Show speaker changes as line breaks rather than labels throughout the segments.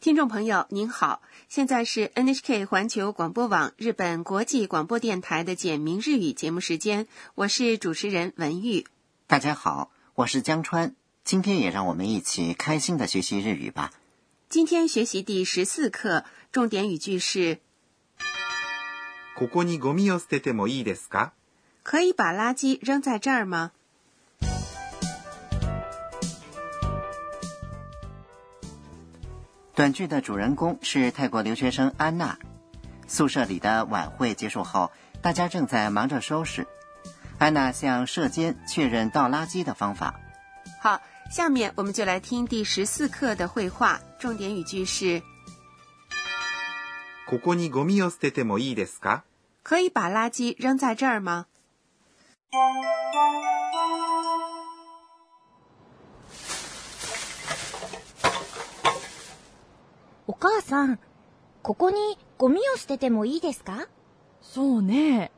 听众朋友您好，现在是 NHK 环球广播网日本国际广播电台的简明日语节目时间，我是主持人文玉。
大家好，我是江川。今天也让我们一起开心的学习日语吧。
今天学习第十四课，重点语句是
ここにゴミを捨ててもいいですか
可以把垃圾扔在这儿吗？
短剧的主人公是泰国留学生安娜。宿舍里的晚会结束后，大家正在忙着收拾。安娜向舍监确认倒垃圾的方法。
好，下面我们就来听第十四课的绘画，重点语句是
ここにゴミを捨ててもいいですか
可以把垃圾扔在这儿吗？
お母さん、ここにゴミを捨ててもいいですか
そうね。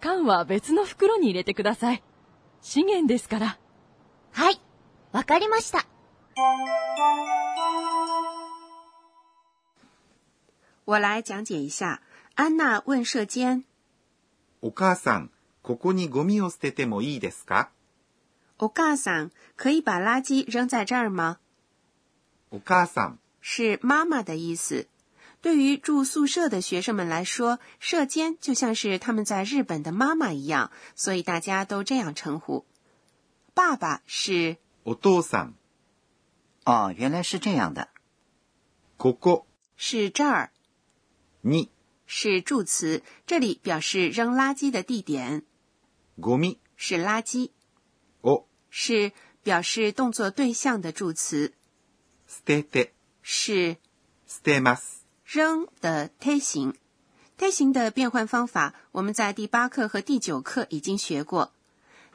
缶は別の袋に入れてください。資源ですから。
はい、わかりました。
我来讲解一下。安娜问舍监
お母さん、ここにゴミを捨ててもいいですか：“
お母さん，可以把垃圾扔在这儿吗
お母さん、？”
是妈妈的意思。对于住宿舍的学生们来说，舍监就像是他们在日本的妈妈一样，所以大家都这样称呼。爸爸是
お父さん、
哦，原来是这样的。
ここ
是这儿，
に
是助词，这里表示扔垃圾的地点
ゴミ
是垃圾，
を
是表示动作对象的助词
捨てて、
是
捨てます。
扔的推形。推形的变换方法，我们在第八课和第九课已经学过。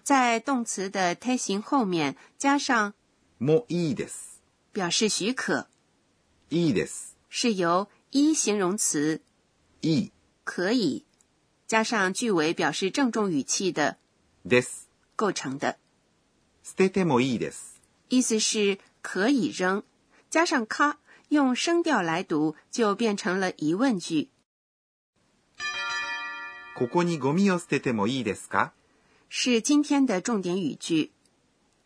在动词的推形后面加上
もういいです。
表示许可，
いいです。
是由一形容词
いい
可以加上句尾表示郑重语气的
です。
构成的。
捨ててもいいです。
意思是可以扔，加上咔，用声调来读就变成了疑问句。
ここにゴミを捨ててもいいですか
是今天的重点语句。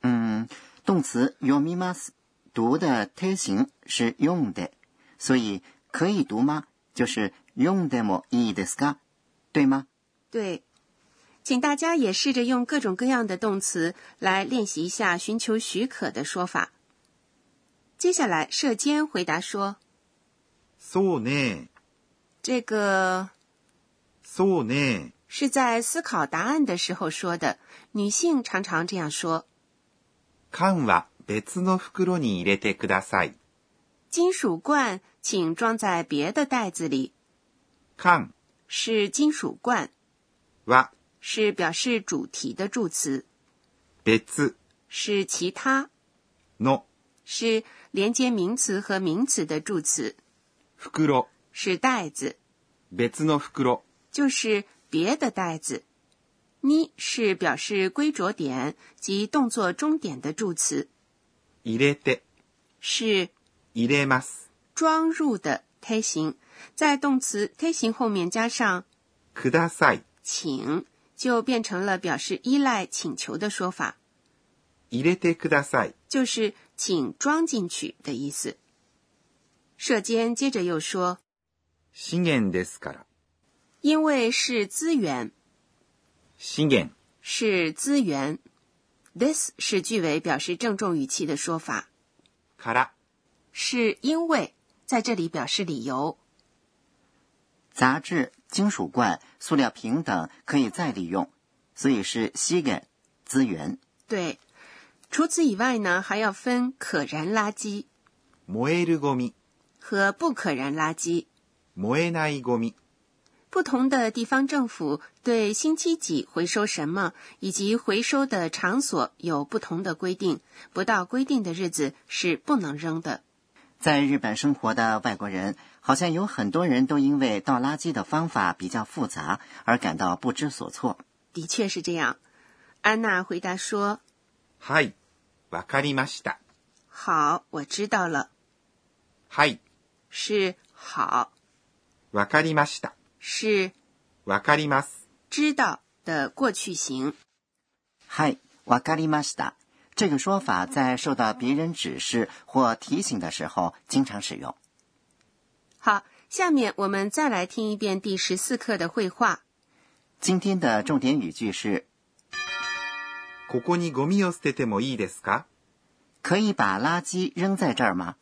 嗯，动词 yomimas 读的贴形是用的，所以可以读吗？就是用でもいいですか，对吗？
对，请大家也试着用各种各样的动词来练习一下寻求许可的说法。接下来，社监回答说
そうね。：“
这个
そうね。
是在思考答案的时候说的，女性常常这样说。
缶は別の袋に入れてください。
金属罐请装在别的袋子里，
缶
是金属罐，
は
是表示主题的助词，
別
是其他，
の
是连接名词和名词的助词，
袋、
是袋子。
別の袋、
就是别的袋子。呢是表示归着点及动作终点的助词，
入れて、
是
入れます。
装入的推形，在动词推形后面加上
ください。
请，就变成了表示依赖、请求的说法，
入れてください。
就是请装进去的意思。社监接着又说，
資源ですから。
因为是资源，
資源、
是资源，this 是句尾表示郑重语气的说法。
から、
是因为在这里表示理由。
杂志、金属罐、塑料瓶等可以再利用，所以是資源资源。
对，除此以外呢，还要分可燃垃圾
燃えるゴミ、
和不可燃垃圾。
燃えないゴミ、
不同的地方政府对星期几回收什么以及回收的场所有不同的规定，不到规定的日子是不能扔的。
在日本生活的外国人，好像有很多人都因为倒垃圾的方法比较复杂而感到不知所措。
的确是这样。安娜回答说
はい、わかりました。：“
好，我知道了。
はい、
是好，
わかりました。
是
わかります。
知道的过去形。
嗨，わかりました。这个说法在受到别人指示或提醒的时候经常使用。
好，下面我们再来听一遍第十四课的绘画。
今天的重点语句是：
ここにゴミを捨ててもいいですか
可以把垃圾扔在这儿吗？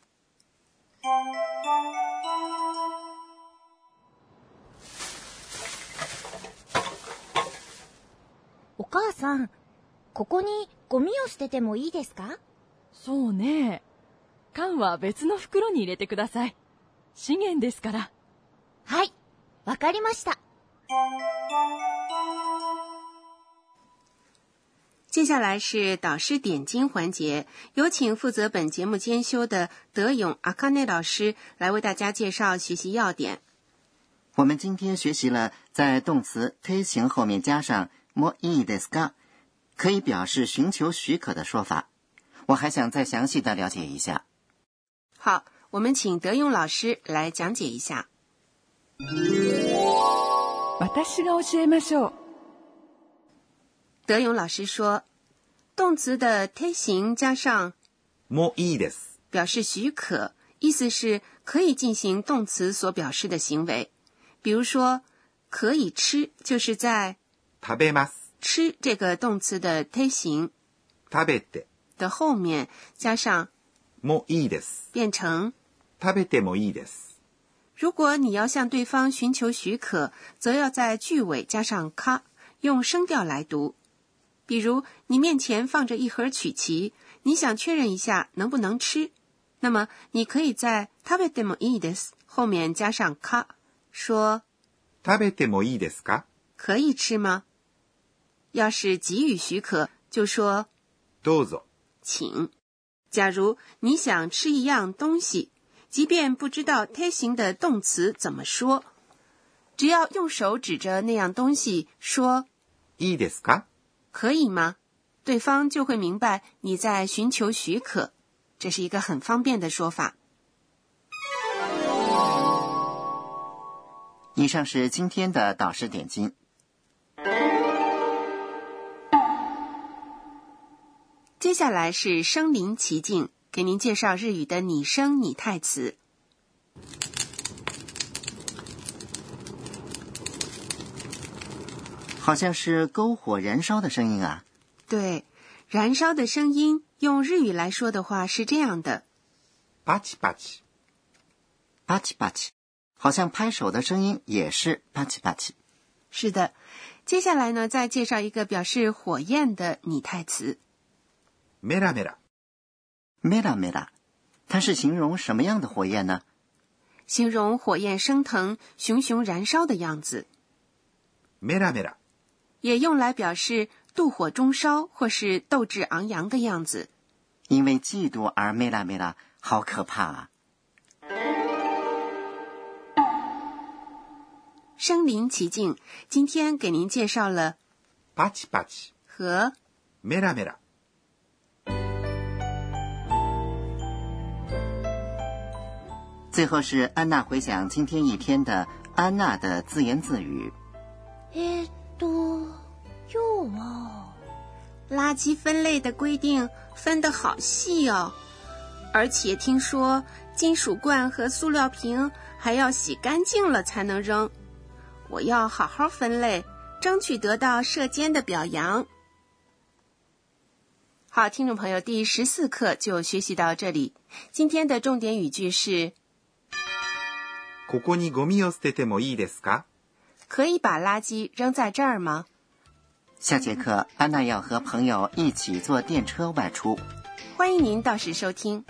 お母さん、ここにゴミを捨ててもいいですか
そうね。缶は別の袋に入れてください。資源ですから。
はい、わかりました。
接下来是导师点睛环节，有请负责本节目监修的德勇阿卡内老师来为大家介绍学习要点。
我们今天学习了在动词推行后面加上もいいですか，可以表示寻求许可的说法。我还想再详细的了解一下。
好，我们请德勇老师来讲解一下。
私が教えましょう。
德勇老师说，动词的推形加上
もういいです。
表示许可，意思是可以进行动词所表示的行为。比如说，可以吃，就是在
食べます。
吃这个动词的推形
食べて。
的后面加上
もういいです。
变成。
食べてもいいです。
如果你要向对方寻求许可，则要在句尾加上“咔”，用声调来读。比如，你面前放着一盒曲奇，你想确认一下能不能吃，那么你可以在“食べてもいいです”后面加上“咔”，说
食べてもいいですか
“可以吃吗？”要是给予许可，就说
どうぞ。
请。假如你想吃一样东西，即便不知道推形的动词怎么说，只要用手指着那样东西说
いいですか
“可以吗”，对方就会明白你在寻求许可。这是一个很方便的说法。
以上是今天的导师点睛。
接下来是身临其境，给您介绍日语的拟声拟态词。
好像是篝火燃烧的声音啊！
对，燃烧的声音用日语来说的话是这样的。
パチパチ。
吧唧吧唧，好像拍手的声音也是吧唧吧唧。
是的，接下来呢，再介绍一个表示火焰的拟态词。
メラメラ。
メラメラ，它是形容什么样的火焰呢？
形容火焰升腾、熊熊燃烧的样子，
メラメラ。
也用来表示妒火中烧或是斗志昂扬的样子。
因为嫉妒而メラメラ，好可怕啊！
身临其境，今天给您介绍了
パチパチ。
和
メラメラ。
最后是安娜回想今天一天的安娜的自言自语。
えーっと、今日は、
垃圾分类的规定分得好细哦，而且听说金属罐和塑料瓶还要洗干净了才能扔。我要好好分类，争取得到射监的表扬。好，听众朋友，第十四课就学习到这里。今天的重点语句是：
ここにゴミを捨ててもいいですか
可以把垃圾扔在这儿吗？
下节课安娜要和朋友一起坐电车外出。
欢迎您到时收听。